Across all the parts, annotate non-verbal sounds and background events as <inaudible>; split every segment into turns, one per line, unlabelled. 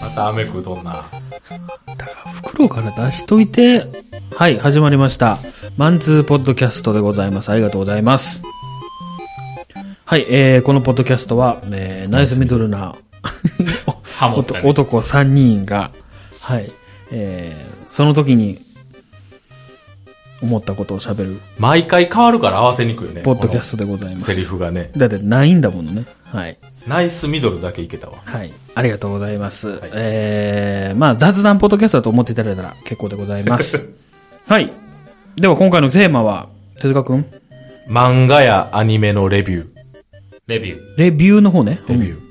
また雨食うとんな。
だから袋から出しといて、はい、始まりました。マンツーポッドキャストでございます。ありがとうございます。はい、えー、このポッドキャストは、えー、ナイスミドルな
ハモった
男
ね
男3人が、はい、えー、その時に思ったことを喋る
毎回変わるから合わせにくいよね。
ポッドキャストでござい
ト
ます。
セリフがね。
だってないんだものね。はい。
ナイスミドルだけいけたわ。
はい。ありがとうございます。
い
えー、まあ雑談ポッドキャストだと思っていただいたら結構でございます。
<laughs>
はい。では今回のテーマは、手塚くん
漫画やアニメのレビュー。
レビュー。
レビューの方ね。
レビュー。
うん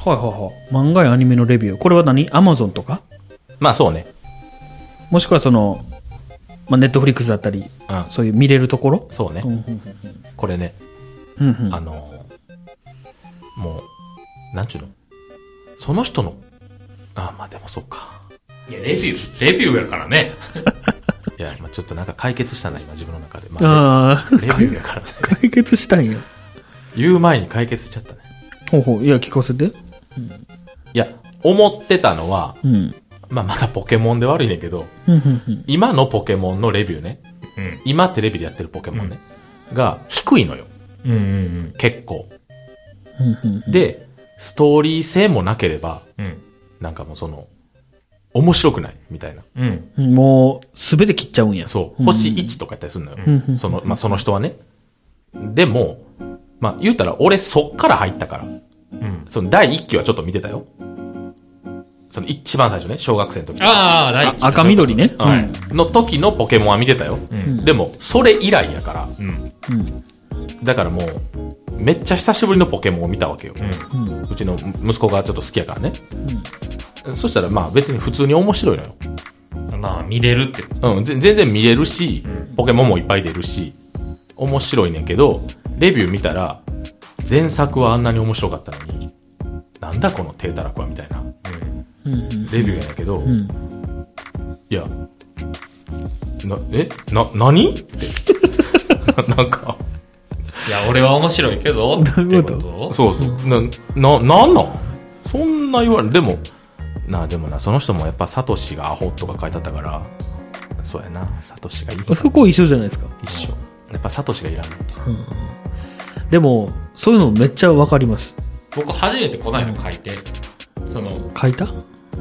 はいはいはい。漫画やアニメのレビュー。これは何アマゾンとか
まあそうね。
もしくはその、まあネットフリックスだったり、
うん。
そういう見れるところ
そうね
う。んうん
これね、
うんうんうん
あのー、もう、なんちゅうのその人の、あ、まあでもそうか。
いや、レビュー。レビューやからね。
<laughs> いや、まあちょっとなんか解決したな、今自分の中で。まあ
あ
レビューやからね。
あ、解決したんや。
言う前に解決しちゃったね。
ほうほう。いや、聞かせて。
いや、思ってたのは、
うん。
まあまだポケモンで悪いねんけど、
うんうんうん
今のポケモンのレビューね。
うん。
今テレビでやってるポケモンね。が低いのよ。
うんうん
結構。
うんうんうん
で、ストーリー性もなければ、
うん。うん。
なんかもうその、面白くないみたいな。
うん。
うんもう、すべて切っちゃうんや。
そう。
ん
星1とかやったりするの
うんう
よ。
ん
その、まあ、その人はね。でも、まあ、言うたら俺そっから入ったから。
うん。
その第1期はちょっと見てたよ。その一番最初ね、小学生の時の。
ああ、
あ
第一
赤緑ね。
はいの時のポケモンは見てたよ。
うん
でも、それ以来やから。
うん。
うん。
だからもう、めっちゃ久しぶりのポケモンを見たわけよ。
うん。
うん。うん。
うちの息子がちょっと好きやからね。そしたらまあ別に普通に面白いのよ。
まあ、見れるって。
うん、ぜ全然見れるし、ポケモンもいっぱい出るし、面白いねんけど、レビュー見たら、前作はあんなに面白かったのに、なんだこの低たらくはみたいな、
うん。
レビューやねんけど、
うん。
いや、な、えな、何って。 <laughs> ななんか、
いや、俺は面白いけど、って
どういうこと
こと
そうそう、な、な、なんなんそんな言われ、でも、なあ、でもな、その人もやっぱサトシがアホとか書いてあったから、そうやな、サトシがいいか
うん。
な。
そこ一緒じゃないですか。
一緒。やっぱサトシがいらん。
でも、そういうのめっちゃわかります。
僕、初めてこないの書いて、その、
書いた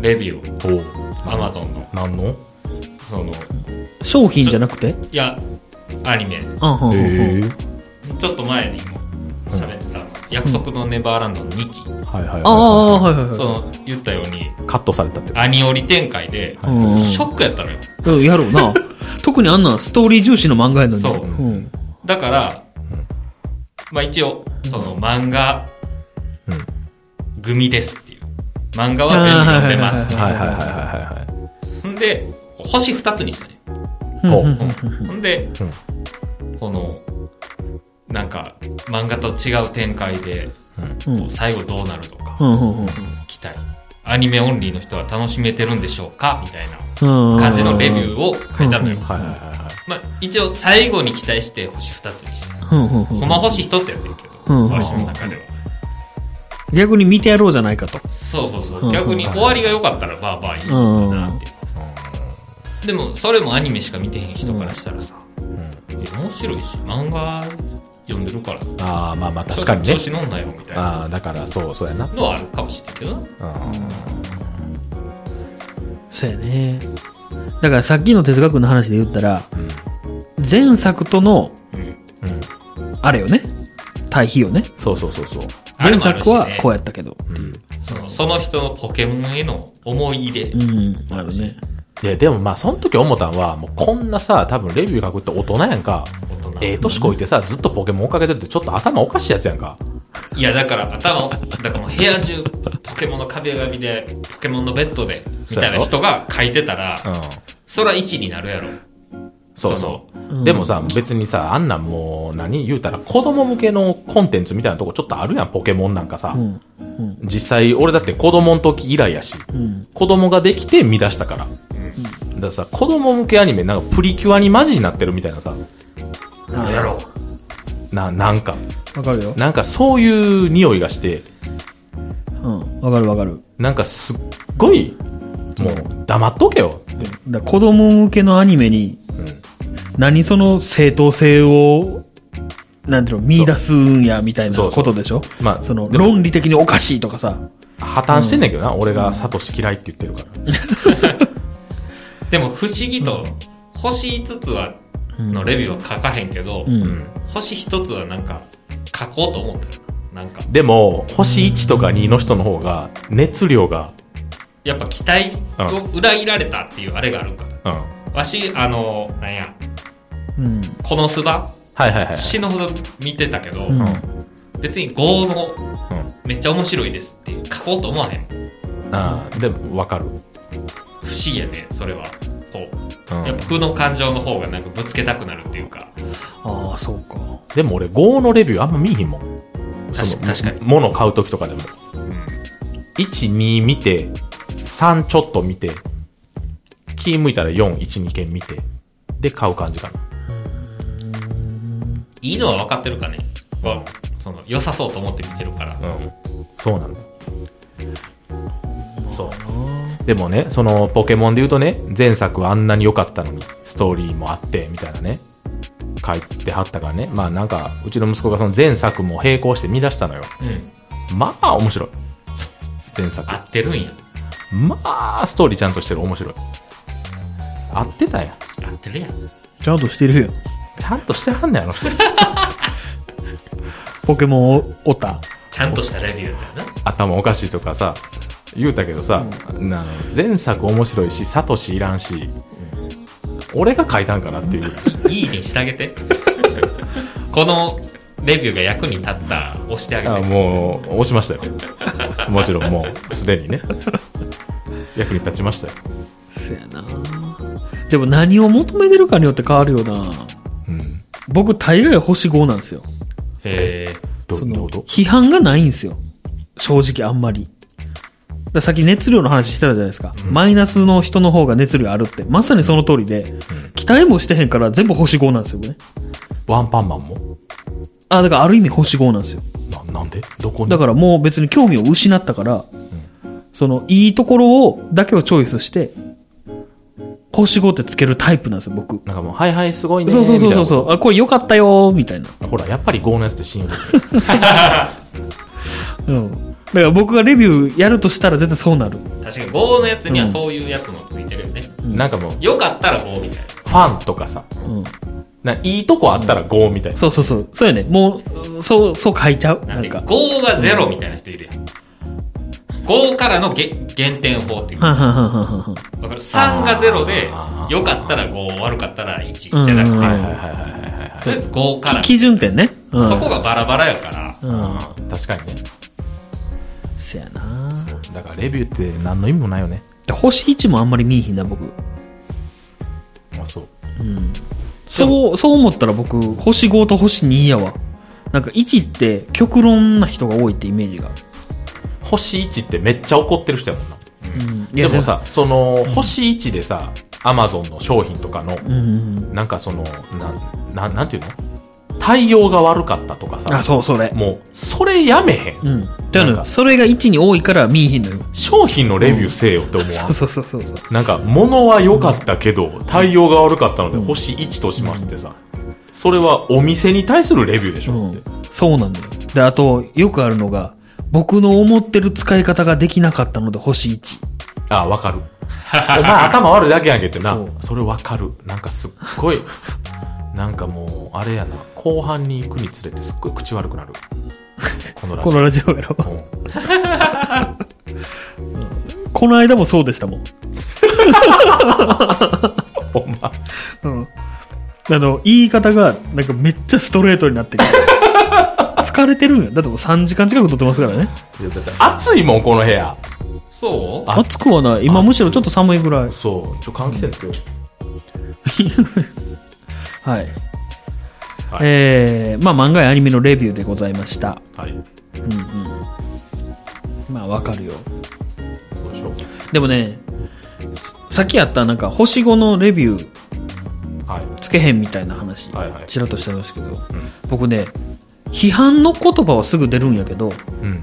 レビューを、
おう
アマゾンの、
なんの
その、
商品じゃなくて
いや、アニメ、
うんうんうんうん。
ちょっと前にも喋った、約束のネバーランドの2期、
はいはいはい、
ああ、はいはい
そ
は
の、言ったように、
カットされたって
アニオリ展開で、
いうん
ショックやったのよ。
うん。うん。やろう
<laughs>
な。特にあんなんストーリー重視の漫画やのに。
そう
うん。
だから、まあ一応、その漫画
うん、
組ですっていう。漫画は全部読んでますってい
は
はいい
は
はいい
は
はいい
は
はいい
うんで、星2つにしたね。
お
うん
ほんで
うん、
この、なんか、漫画と違う展開で、
うん
こう最後どうなるとか、
うんうんうん
期待。アニメオンリーの人は楽しめてるんでしょうかみたいな
うん。
感じのレビュ
ー。
ーを書いたのよ
うん。
はいはいはいはい
まあ一応最後に期待して星2つにした。
うんうんうん
ほんま星1つやってるけ
うん
ど、私の中では。
逆に見てやろうじゃないかと。
そうそうそう、
うん
逆に終わりが良かったらまあまあいいのかなって、でもそれもアニメしか見てへん人からしたらさ、
うん
いや面白いし漫画読んでるから
ああまあまあ確かにね
調子乗んなよみたいな
ああだからそうそうやな、
のはあるかもしれんけどな
そうやね。だからさっきの哲学の話で言ったら、前作との、
うん、
あれよね。対比よね。
そうそうそうそう、
あれ
前
もあるし
作
ね
はこうやったけど。
うん、
そのその人のポケモンへの思い入れ、
うん、あるね。
ででもまあその時思ったんはもうこんなさ多分レビュー書くって大人やんか
大人
ええ年こいてさずっとポケモン追っかけてるってちょっと頭おかしいやつやんか
いやだから頭をだからもう部屋中ポケモンの壁紙でポケモンのベッドでみたいな人が書いてたら
ん
そら1になるやろ
そうそう、
ん
でもさ別にさあんなんもう何言うたら子供向けのコンテンツみたいなとこちょっとあるやんポケモンなんかさ、
うん。
実際俺だって子供の時以来やし、
うん。
子供ができて見出したから、からさ、子供向けアニメ、なんかプリキュアにマジになってるみたいなさ、
なんやろ
な、なんか、
わかるよ。
なんかそういう匂いがして、
うん。わかるわかる。
なんかすっごい、もう黙っとけよって。
だから子供向けのアニメに、
うん
何その正当性を、なんていうの、見出すんや、みたいなことでしょ
まあ、
その、
でも
論理的におかしいとかさ。
破綻してんねんけどな、俺がサトシ嫌いって言ってるから。
でも不思議と、星5つは、のレビューは書かへんけど、
うん
うん
星1つはなんか、書こうと思ったよな。なんか、
でも、星1とか2の人の方が、熱量が、
やっぱ期待を裏切られたっていうあれがあるから。
うん。はい
わし、あの、なんや、
うん。
この須田、
はいはいはい。
死ぬほど見てたけど、
うん
別に5のめっちゃ面白いですっていう書こうと思わへん。
うん。ああ、でも、わかる。
不思議やね、それは。こ
う
う。やっ
ん
ぱ。負の感情の方がなんかぶつけたくなるっていうか。
ああ、そうか。
でも俺、5のレビューあんま見えへんもん。
確
その
確かに。
物買うときとかでも。1、2見て、3ちょっと見て、気向いたら4、1、2件見て、で買う感じかな。
いいのは分かってるかね。は、その、良さそうと思って見てるから。
うん。そうなんだ。そう。でもね、そのポケモンで言うとね、前作はあんなに良かったのに、ストーリーもあって、みたいなね、書いてはったからね。まあなんか、うちの息子がその前作も並行して見出したのよ。
うん。
まあ面白い。前作。
合ってるんや。
まあ、ストーリーちゃんとしてる面白い。合ってたやん。
合ってるやん。
ちゃんとしてるよ。
ちゃんとしてはんねん、あ
<laughs>
の人。
ポケモンをおった。
ちゃんとしたレビューだよ
頭おかしいとかさ、言うたけどさ、なあの前作面白いし、サトシいらんし、俺が書いたんかなって
<laughs>
いう。
な。いいねしてあげて。 <laughs> このレビューが役に立ったら押してあ
あ
げて。
もう、押しましたよ。もちろんもう、すでにね。役に立ちましたよ。
そやな。でも何を求めてるかによって変わるよな。
うん。
僕、大概星5なんですよ。
へえ。
どど
そ
ういう
の
こと
批判がないんですよ。正直あんまり。だからさっき熱量の話してたじゃないですか、マイナスの人の方が熱量あるって。まさにその通りで、期待もしてへんから全部星5なんですよね。
ワンパンマンも
あ、だからある意味星5なんですよ。
ななんでどこに
だからもう別に興味を失ったから、そのいいところを、だけをチョイスして、星5ってつけるタイプなんですよ、僕。
なんかもう、はいはい、すごいねー。
そうそうそうそう
みたい
そう。あ、これ良かったよーみたいな。
なことほら、やっぱり5のやつって信用できない
うん。だから僕がレビューやるとしたら絶対そうなる。
確かに5のやつにはそういうやつもついてるよね。
なんかもう、フ
よかったら5みたい
ァンとかさ、
うん。
ないいとこあったら5みたいな。
そうそうそう。そうやね。もう、そう、そう書いちゃう。
な。
な
なん
ん
て
か。
5が0みたいな人いるやん。5からのげ減点法っていう。
は
だ
んはんはんはんはんはん。
から3が0で
あ、ー
よかったら5、悪かったら1じゃなくて、
うんうん
と
は
う
い
ん
はいはいはいはいはい。
りあえず5から。
基準点ね。うん。
そこがバラバラやから、
うん。
うん確かにね。
そやな
だからレビューって何の意味もないよね。
で星1もあんまり見えひんな、僕。
あ、そう。
そう、そう思ったら僕、星5と星2やわ。なんか1って極論な人が多いってイメージが。
星1ってめっちゃ怒ってる人やもんな。
うん。い
でも、さ、その、星1でさ、アマゾンの商品とかの、
うんうんうん。
なんかその、なん、なん、なんていうの対応が悪かったとかさ
あ、、そう、それ。
もう、それやめへん。
うん。だ
な
よ
ん
ね
か
それが1に多いから見えひんのよ。
商品のレビューせえよって思う。
そうそうそうそうそう。
なんか、物は良かったけど、対応が悪かったので、星1としますってさ、それはお店に対するレビューでしょ
う
って
ん。そうなんだよ。で、あと、よくあるのが、僕の思ってる使い方ができなかったので星1。
あ、わ <laughs> かる。お前頭悪いだけやんけってな
そう。
それわかる。なんかすっごい、なんかもう、あれやな。後半に行くにつれてすっごい口悪くなる。このラ
こ
ジ
のラジオやろ。
オ。うん
この間もそうでしたもん。
ほんま。
うん。あの、言い方が、なんかめっちゃストレートになってくる。 <laughs> 疲れてるんや。だってもう3時間近く撮ってますからね。
いやだって暑いもん、この部屋。
そう
あ
暑くはない。今むしろちょっと寒いぐらい。
そう。ちょ、換気扇つけよう。
はい。
はい
えー、まあ漫画やアニメのレビューでございました。
はい。
うんうん。まあわかるよ。
そうでしょう。
でもね、さっきやったなんか星5のレビュー
はい。
つけへんみたいな話、
はいはい
ちらっとしたんですけど、
ん
僕ね批判の言葉はすぐ出るんやけど
うん。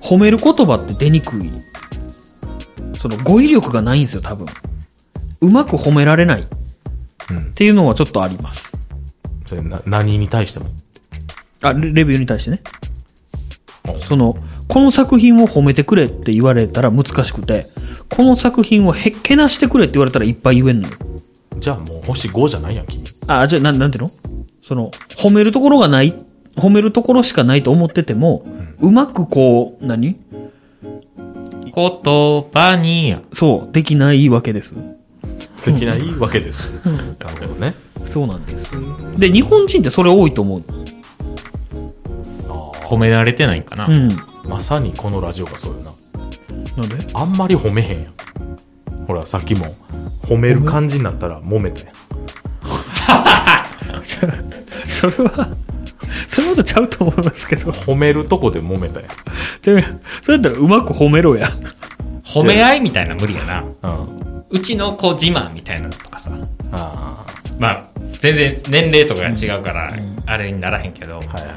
褒める言葉って出にくいその語彙力がないんですよ多分うまく褒められないっ
うん。
ていうのはちょっとあります
それな、何に対しても。
あレレビューに対してね
お
そのこの作品を褒めてくれって言われたら難しくてこの作品をへっけなしてくれって言われたらいっぱい言えんのよ
じゃあもう星5じゃないやん、君。
あ、じゃあ、なん、なんていうのその、褒めるところがない、褒めるところしかないと思ってても、うまくこう、何
言葉に、
そう、できないわけです。
できないわけです。なるほどね。
そうなんです。で、日本人ってそれ多いと思う。
あ
褒められてないんかな。
うん。なんで <laughs>
あ、まさにこのラジオがそうよな。あんまり褒めへんやん。ほら、さっきも、褒める感じになったら揉めて。
それは、 <laughs> それまたちゃうと思いますけど。
褒めるとこで揉めたや
ちなみに、それだったらうまく褒めろや。
褒め合いみたいな無理やな。
ん。うん。
うちの子自慢みたいなのとかさ。
ああ。
まあ、全然年齢とかが違うから、あれにならへんけど、
はいはいはい。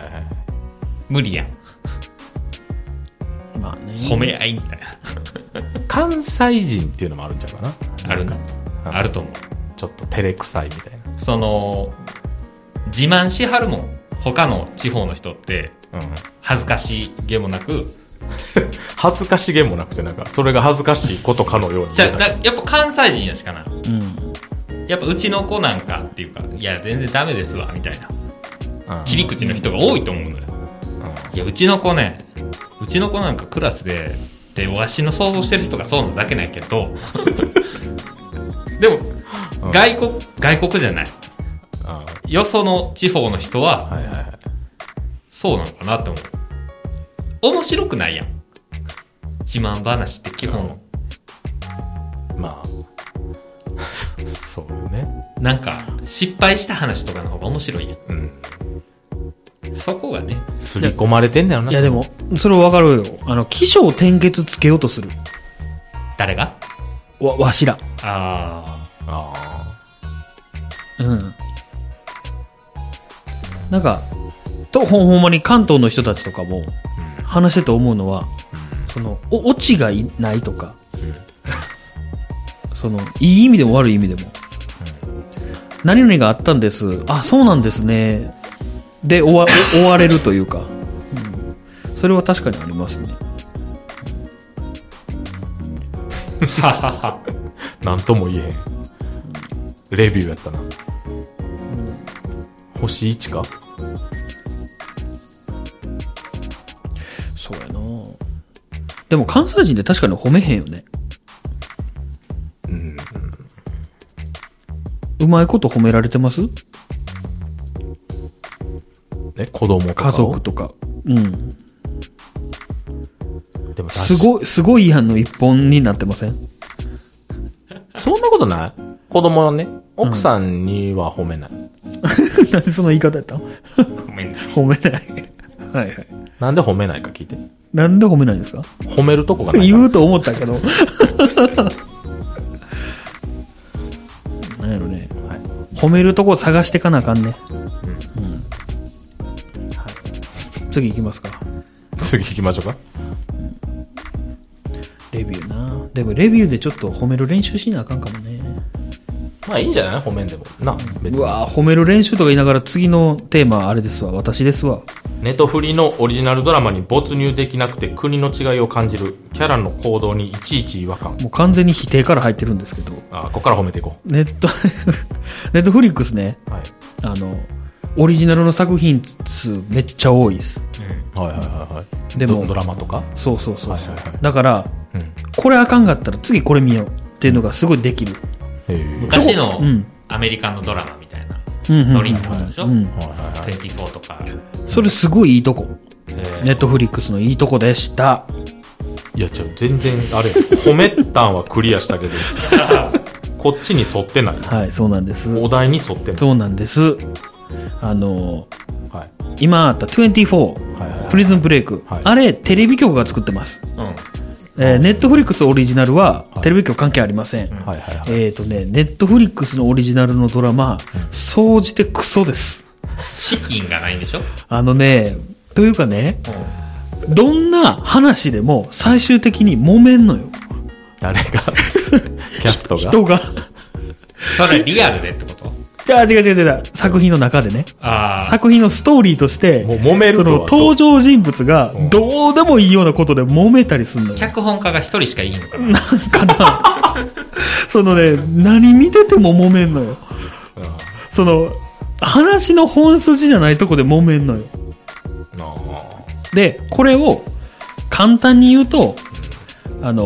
無理やん。
まあね
褒め合いみたい
関西人っていうのもあるんちゃうかな。
な。あるな。
うん
あると思う。
ちょっと照れくさいみたい
その、自慢しはるもん。他の地方の人って、
な。うん。
恥ずかしげもなく、
恥ずかしげもなくて、なんか、それが恥ずかしいことかのように
じ
言え
ゃあ
た
なやっぱ関西人やしかな。
うん。
やっぱうちの子なんかっていうか、いや、全然ダメですわ、みたいな。
うん
切り口の人が多いと思うのよ。いや、うちの子ね、うちの子なんかクラスで、で、わしの想像してる人がそうなだけないけど、 <laughs> でも、
うん
外国、外国じゃない。
うんうん
よその地方の人は、
はいはいはい。
そうなのかなって思う。面白くないやん。自慢話って基本、
まあ、そ <laughs> そうよね。
なんか、失敗した話とかの方が面白いや
うん。
ん。そこがね、
すり込まれてんだよな。
いや、でも、それわかるよ。あの、起承転結つけようとする。
誰が
わ、わしら。
あ
あ
うん。なんか、と、ほんほんまに関東の人たちとかも
あ。
話してて思うのは、
うん
その、お、オチがいないとか、
うん
その、いい意味でも悪い意味でも。何々があったんです。あ、そうなんですね。で、終わ、お終われるというか、うんそれは確かにありますね。
あ、ははは。
なんとも言えへん。レビューやったな。星1か
そうやなでも関西人って確かに褒めへんよね。
うん。
うまいこと褒められてます
ね、子供とか
家
を
族とか。うん。
でも
す
い。
ごい、すごいやんの一本になってません <laughs>
そんなことない子供のね、奥さんには褒めない。
なんでその言い方やったの
<laughs> ごめんなさい。
褒めない。 <laughs> はいはい。
なんで褒めないか聞いて。
なんで褒めないんですか
褒めるとこがないから。
言うと思ったけど。 <laughs> なんやろね。
はい
褒めるとこ探してかなあかんね。うん。はい。次行きますか。
次行きましょうか。
レビューな。でもレビューでちょっと褒める練習しなあかんかもね。
まあいいんじゃない褒めんでも。な、別
う
に。
わぁ、褒める練習とか言いながら次のテーマあれですわ。私ですわ。
ネトフリのオリジナルドラマに没入できなくて国の違いを感じる。キャラの行動にいちいち違和感。
もう完全に否定から入ってるんですけど。
あ、ここから褒めていこ
ネット、 <laughs> ネットフリックスね。
う。はい。
あの、オリジナルの作品数めっちゃ多いです。
はいはいはいはい。
でも
ドドラマとか
そうそうそ
は
うそう、
いはいはい
だから、
うん。
これあかんかったら次これ見ようっていうのがすごいできる。
へえ。
昔の
うん
アメリカのドラマみたいな、
うんうんうん
ノリンとかでしょ、
うん
はいはいはい。
24とか、
それすごいいいとこ。
えー
ネットフリックスのいいとこでした。
いや、ちょ、全然、あれ、褒めたんはクリアしたけど、こっちに沿ってない。
はい、そうなんです。
お題に沿ってない。
そうなんです。あの、
はい。
今あった24、
はいはいはい
プリズンブレイク、
はい
あれテレビ局が作ってます。
うん
えー、ネットフリックスオリジナルは、テレビ局関係ありません。
はいはいはい。
えっ、とね、ネットフリックスのオリジナルのドラマ、総じてクソです。
資金がないんでしょ
あのね、というかね、どんな話でも最終的に揉めんのよ。
誰がキャストが
人が。
それリアルでってこと
<laughs>
じゃあ違う違う違う。作品の中でね。
ああ。
作品のストーリーとして、
もう揉める
そ
と
の
は
登場人物が
うん
どうでもいいようなことで揉めたりすんのよ。
脚本家が一人しかいいの
か
かな。
な
<laughs>
そのね、何見てても揉めんのよ。その、話の本筋じゃないとこで揉めんのよ。
あ
で、これを簡単に言うと、あの、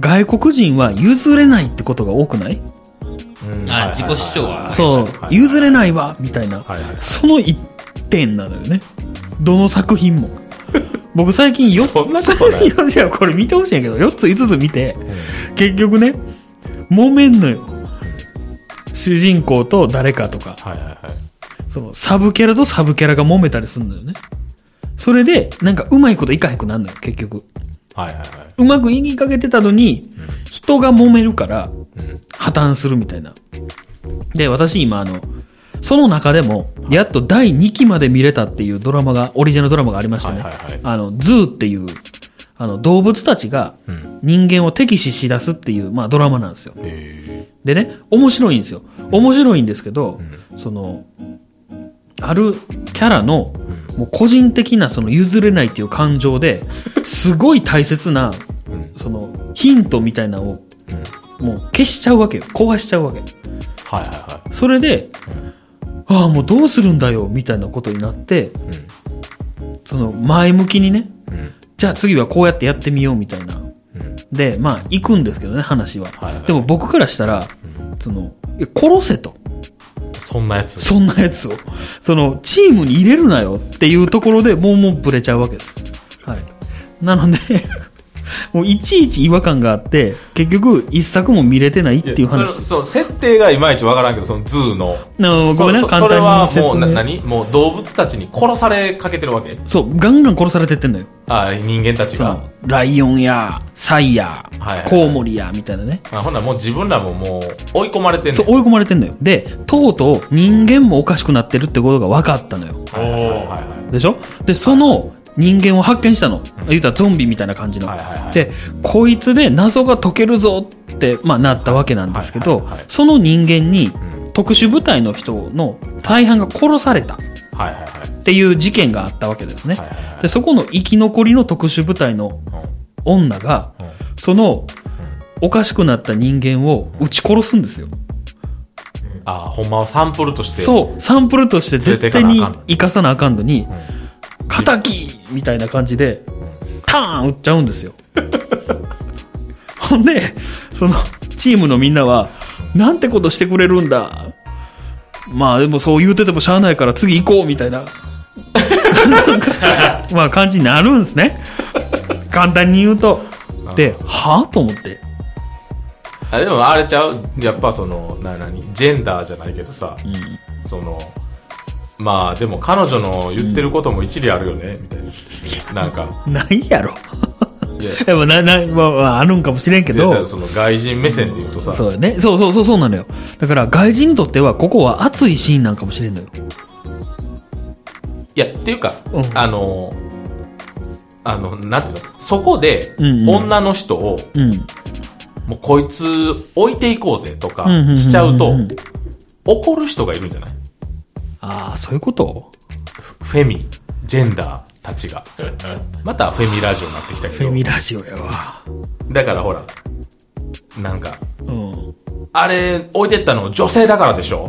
外国人は譲れないってことが多くない
ーうん
あ自己主張は
そう、譲れないわ、みたいな。
はいはい。
その一点なのよね。どの作品も。 <laughs> 僕最近4つ、
そんなことない
<laughs> いや、これ見てほしいんやけど、4つ5つ見て、
うん
結局ね、揉めんのよ。主人公と誰かとか、
はいはいはい。
そのサブキャラとサブキャラが揉めたりするのよね。それで、なんかうまいこといかへんくなるのよ、結局。
はいはいは
うまく言いかけてたのに、人が揉めるから
い。うん
破綻するみたいな。で、私今あの、その中でも、やっと第2期まで見れたっていうドラマが、オリジナルドラマがありました
はい
ね。
はいはい。
あの、ズーっていう、あの、動物たちが
うん。
人間を敵視しだすっていう、まあドラマなんですよ。
え
でね、面白いんですよ。面白いんですけど、その、あるキャラの、もう個人的なその譲れないっていう感
<laughs>
情で、すごい大切な、
うん
その、ヒントみたいなのを、もう消しちゃうわけよ。壊しちゃうわけ。
はいは
それで、ああ、もうどうするんだよ、みたいなことになって、
いはい。
その、前向きにね、
うん。うん。
じゃあ次はこうやってやってみよう、みたいな。
うん。
で、まあ、行くんですけどね、話は。
はいはい
でも僕からしたら、その、いや殺せと。
そんなやつ。
そんなやつを。その、チームに入れるなよっていうところでもうもうブレちゃうわけです。はい。なので、 <laughs> もういちいち違和感があって、結局一作も見れてないってい
や
う話
それ。そう設定がいまいちわからんけどそのズーの
なごめんね
そそ
簡単
そ
に
れはもう
説
な
明
何もう動物たちに殺されかけてるわけ
そう、ガンガン殺されてってんのよ。
あー人間たち
そ
が
の、ライオンや、サイや
はいはいは、い
コウモリや、みたいなね。
あほんならもう自分らももう追い込まれてんねん
そう、追い込まれてんのよ。で、とうとう人間もおかしくなってるってことが分かったのよ。
はいはいはいはい
でしょで、その人間を発見したの。言うたらゾンビみたいな感じの
はい。はいはい
で、こいつで謎が解けるぞって、まあ、なったわけなんですけ
はい
ど
はいはい、
その人間に
う
特殊部隊の人の大半が殺されたっ
はいはいはい
ていう事件があったわけですね
はい。はいはい
で、そこの生き残りの特殊部隊の女が、
うんうん
そのおかしくなった人間を撃ち殺すんですよ。
あーほんまはサンプルとして
そう、サンプルとして絶対に生かさなあかんのに
う、ん
敵みたいな感じで、ターン打っちゃうんですよ。 <laughs> ほんで、その、チームのみんなは、なんてことしてくれるんだ。まあでもそう言うててもしゃあないから次行こうみたいな、 <laughs> まあ感じになるんですね。簡単に言うと。で、はぁと思って。
あでもあれちゃうやっぱそのな何ジェンダーじゃないけどさそのまあでも彼女の言ってることも一理あるよねみたいななんか
ないやろ。
いや
でもな、な、まあ、まあ、あるんかもしれんけ
いやだか
ど
ら。その外人目線で言うとさ、
そうよね。そうそうそうそうなのよ。だから外人にとってはここは熱いシーンなんかもしれんのよ。
いやっていうか、
うん
あのあのなんていうのそこで
うんうん
女の人を、
うん。
もうこいつ置いていこうぜとか
うんうんうんうん
しちゃうと、怒る人がいるんじゃない
ああ、そういうこと
フェミジェンダーたちがまたフェミラジオになってきたけ
フェ
ど
ミラジオやわ。
だからほらなんか
うん。
あれ置いてったの女性だからでしょ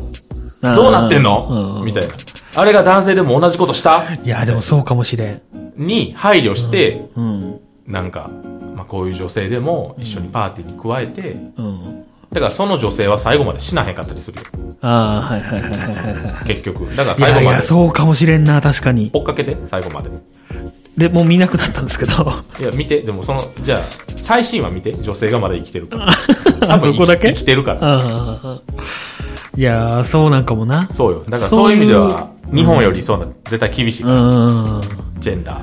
どうなってんのみたい
な。
なあれが男性でも同じことした
いや、でもそうかもしれん。
に配慮して、
うん。
なんか、まあ、こういう女性でも一緒にパーティーに加えて、
うん。
だからその女性は最後まで死なへんかったりするよ
ああ、はいはいはいはいはいはい。
結局だから
い
最
や
後
い
ま
や、
で
そうかもしれんな、確かに。
追っかけて最後までい
で、もう見なくなったんです
<laughs>
けど。
や見てでもそのじゃあ最新話見て女性がまだ生きてるから多分
そこだけ
生き生きてるから
ああ。いやー、そうなんかもな。
そうよだから
そ
そうういう
い
う意味では日本よりそうな絶対厳しい、
うんうんうん。
ジェンダ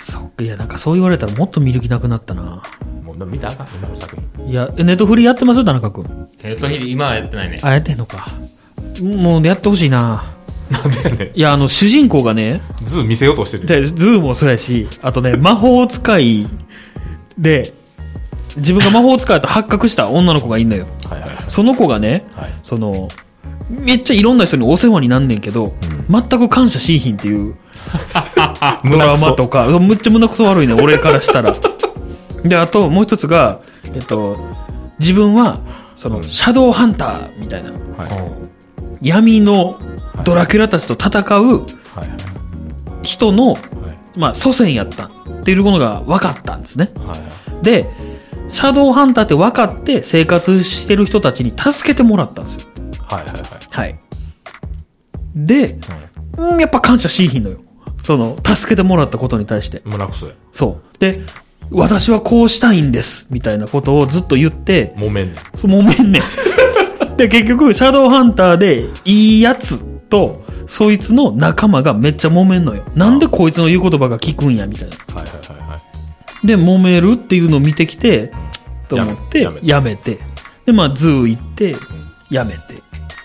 そっか、いや、なんかそう言われたらもっと見る気なくなったな。
ーでも見たらあかん今の作品。
いや、えネットフリやってます田中君。
<laughs> えっと、今はやってないね。
あ、やってんのか。もうやってほしいな。
なんでやねん
いや、あの、主人公がね、
ズー見せようとしてる
じ
よ。
ゃあズーもそうやし、あとね、 <laughs> 魔法使いで、自分が魔法使いだと発覚した女の子がいんのよ。
はいはい
その子がね、
はい。
その、めっちゃいろんな人にお世話になんねんけど、全く感謝しいひんっていうドラマとか、むっちゃ胸くそ悪 <laughs> いね、俺からしたら。で、あともう一つが、えっと、自分は、その、シャドウハンターみたいな、
はい。
闇のドラキュラたちと戦う
はい。
人の、
はい。
まあ、祖先やったっていうことが分かったんですね。
はい。
で、シャドウハンターって分かって生活してる人たちに助けてもらったんですよ。
はい。はい。
はい。で、うん、やっぱ感謝しいひんのよ。その、助けてもらったことに対して。
胸くそや。
そう。で、私はこうしたいんです、みたいなことをずっと言って、
揉めんねん。
そう揉めん <laughs> ねん。で、結局、シャドウハンターで、いいやつと、そいつの仲間がめっちゃ揉めんのよ。なんでこいつの言う言葉が聞くんや、みたいな。
はい。はい。はい。はい。
で、揉めるっていうのを見てきて、と思って、
や
や
め
め
て
て。で、まあ、ズー行って、やめて。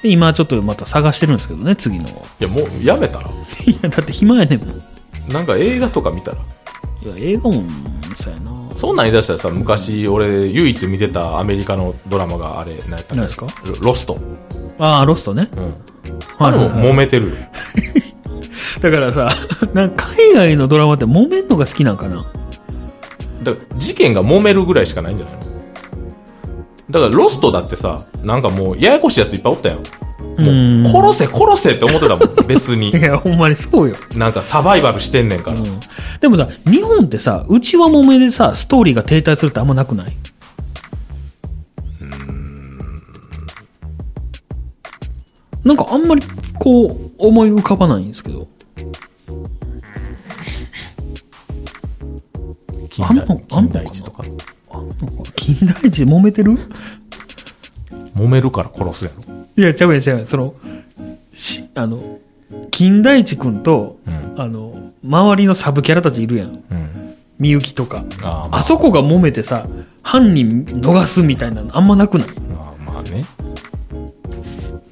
で、今ちょっとまた探してるんですけどね、次の。
い
<laughs>
や、もうやめたら。
いや、だって暇やねんもん。
なんか映画とか見たら。
いや、映画も、そうやな。
そんなん言い出したらさ、昔俺唯一見てたアメリカのドラマがあれ、何やったっけ
何ですか
ロロスト。
ああ、ロストね。
うん。
は
あ
い
れ
はい
も
はい
揉めてるよ。
だからさ、 <laughs> なんか海外のドラマって揉めんのが好きなんかな。
だから事件が揉めるぐらいしかないんじゃないのだからロストだってさ、なんかもうややこしいやついっぱいおったやん。
うん
もう殺せ殺せって思ってたも
<laughs>
ん、別に
い。や、ほんまにそうよ。
なんかサバイバルしてんねん
<laughs>
から。
うんでもさ、日本ってさ、うちは揉めでさ、ストーリーが停滞するってあんまなくないなんかあんまり、こう、思い浮かばないんですけど。
近
あんの
代
あん
金
のか
田
な
一とか。
金田一揉めてる
揉めるから殺すやろ。
いや、ちゃうやんちゃうやんその、し、あの、金田一くんと、
うん。
あの、周りのサブキャラたちいるやん。
うん。
みゆきとか。
あーま
あそこが揉めてさ、犯人逃すみたいなのあんまなくない
あ、あーまあね。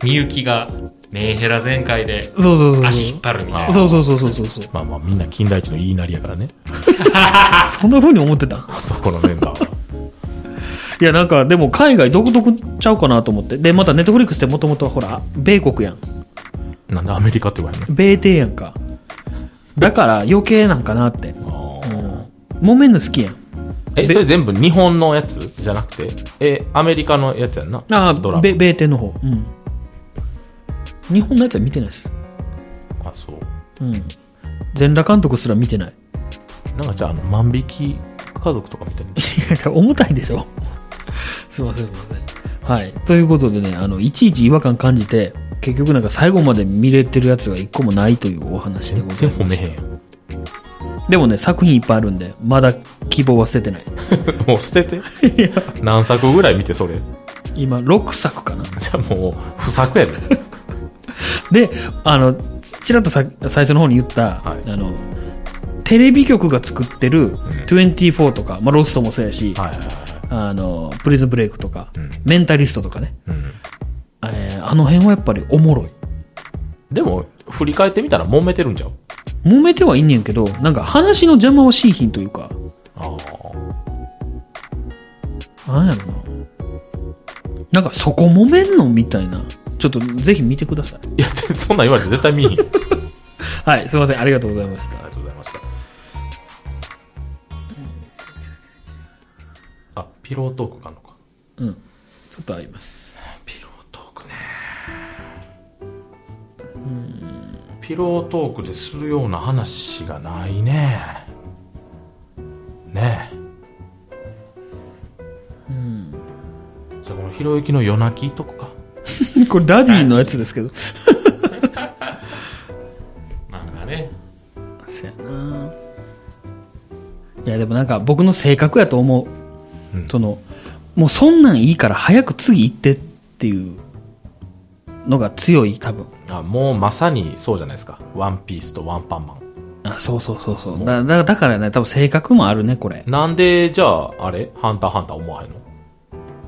みゆきが、メンヘラ全開で、
そうそうそうそう。
足引っ張るみたいな。
そうそうそうそうそうそう。
まあまあみんな金田一の言いなりやからね。
そんな風に思ってた。
あそこのメンバーは。
いや、なんか、でも海外独特ちゃうかなと思って。で、またネットフリックスってもともとほら、米国やん。
なんでアメリカって言われる
米帝やんか。だから余計なんかなって。
のあ
う
ー
ん。揉めんの好きやん。
え、それ全部日本のやつじゃなくて、え、アメリカのやつやんな。
あ
ドラ
あ、
マ
米、米帝の方。うん。日本のやつは見てないです。
あ、そう。
うん。全裸監督すら見てない。
なんかじゃあ、あの、万引き家族とかみたいな。
重たいでしょすいませんすいませんはいということでねあのいちいち違和感感じて結局なんか最後まで見れてるやつが一個もないというお話で
全
ござ
然
います
褒めへんやん。
でもね作品いっぱいあるんでまだ希望は捨ててない
もう捨てて。何作ぐらい見て、それ。 <laughs> じ
今6作かな
ゃあもう、不作やで。
であのちらっとさ最初の方に言った、
はい
あのテレビ局が作ってる24とか、まあ、ロストもそうやし、
はいはいは
あのプリズンブレイクとか、
うん
メンタリストとかね、
い。うん。
えーあの辺はやっぱりおもろい
でも、振り返ってみたら揉めてるんじゃん。
揉めてはいんねんけど、なんか話の邪魔をしいひんというか、
ああ。
なんやろな。なんかそこ揉めんのみたいな。ちょっとぜひ見てください。
いや、ぜそんなん言われて絶対 <laughs> 見えへん。あり
はい、すいません。ありがとうございました。
がとうございました。あ、ピロートークがあるのか。
うん。ちょっとあります。 <laughs>
ピロートークねピロートークでするような話がないねねえじゃあこのひろゆきの夜泣きいっとこか
これダディのやつですけど。
なんかね。 <laughs>
そやないや、でもなんか僕の性格やと思う。
うん
その、もうそんなんいいから早く次行ってっていうのが強い、多分。
あもうまさにそうじゃないですか「ワンピースと「ワンパンマン」
あ、そうそうそうそう。だ、だだからね、多分性格もあるね、これ。
なんで、じゃあ、あれハンターハンター思わへんの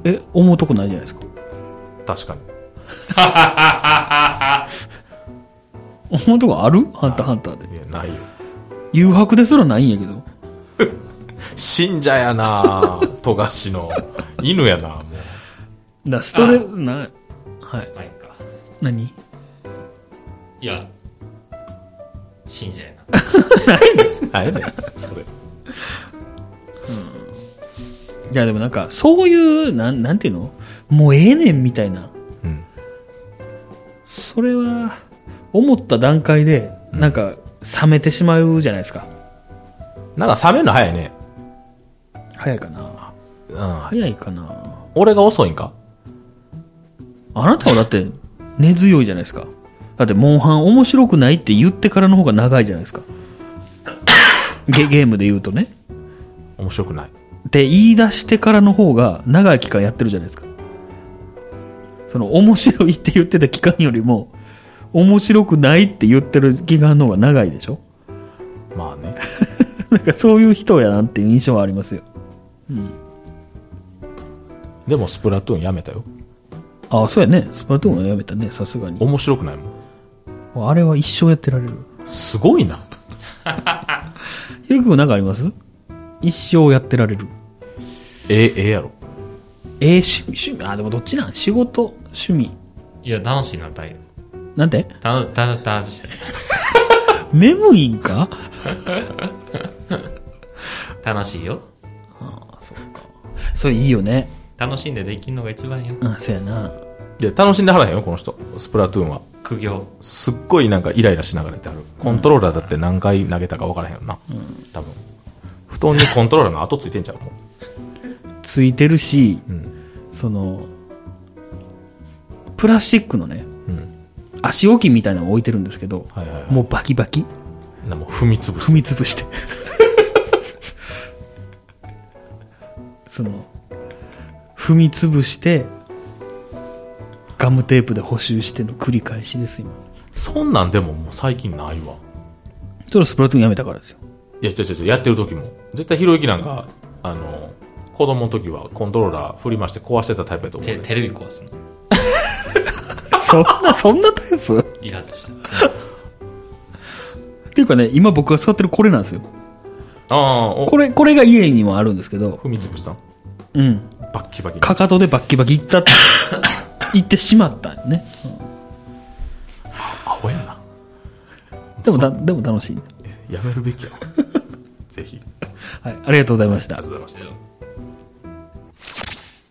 え、思うとこないじゃないですか。
確かに。
思うとこあるハンターハンターで。
いや、ないよ。
誘白ですらないんやけど。
信者やなぁ富樫の。犬やなも
だ、ストレ、な、はい。
ないか。
何
いや、信者やな。
う。あれねんそれ。
いや、でもなんか、そういう、なん、なんていうのもうええねんみたいな。
うん。
それは、思った段階で、なんか、冷めてしまうじゃないですか。
なんか冷めるの早いね。
早いかな。
うん。
早いかな。
俺が遅いんか
あなたはだって、根強いじゃないですか。だって、モンハン面白くないって言ってからの方が長いじゃない <laughs> ですか。ゲゲームで言うとね。
面白くない。
って言い出してからの方が長い期間やってるじゃないですか。その面白いって言ってた期間よりも面白くないって言ってる期間の方が長いでしょ
まあね。
なんかそういう人やなっていう印象はありますよ。
でも、スプラトゥーンやめたよ。
ああ、そうやね。スパルトゥーンはやめたね、さすがに。
面白くないもん。
あれは一生やってられる。
すごいな。
ひろきくんなんかあります一生やってられる。
ええ、ええやろ。
ええ趣味、趣味、あ、でもどっちなん仕事、趣味。
いや、楽しいな、だいぶ。
なんて
た、た、た、し
眠いんか
楽しいよ。
ああ、そうか。 <laughs> それいいよね。
楽しんでできるのが一番よ。
うん、そうやな。
いや、楽しんではらへんよ、この人。スプラトゥーンは。
苦行。
すっごいなんかイライラしながらやってはる。コントローラーだって何回投げたか分からへんよな。多分。布団にコントローラーの跡ついてんちゃうもう
ついてるし、
うん。
そのプラスチックのね
うん。
足置きみたいなのを置いてるんですけど、
はいはいはい。
もうバキバキ
なんかもう踏みつぶす
踏。み潰して <laughs> その踏み潰してガムテープで補修しての繰り返しです今
そんなんでももう最近ないわ。
ちょっとスプラトゥーンやめたからですよ
いや、ちょちょちょ、やってる時も。絶対ひろゆきなんか、あの、子供の時はコントローラー振り回して壊してたタイプやと思う
テ
ね。
テレビ壊すの。
そんなそんなタイプっ
イラッとした。
ていうかね今僕が使ってるこれなんですよ
ああ、お
これこれが家にもあるんですけど
踏みつぶしたん
うん
バッキバキに。
かかとでバッキバキいったっていってしまったんよね
アホやな。
でもだ、でも楽しい。
やめるべきや。ぜひ。あり
はい、ありがとうございました
がとう。ございました。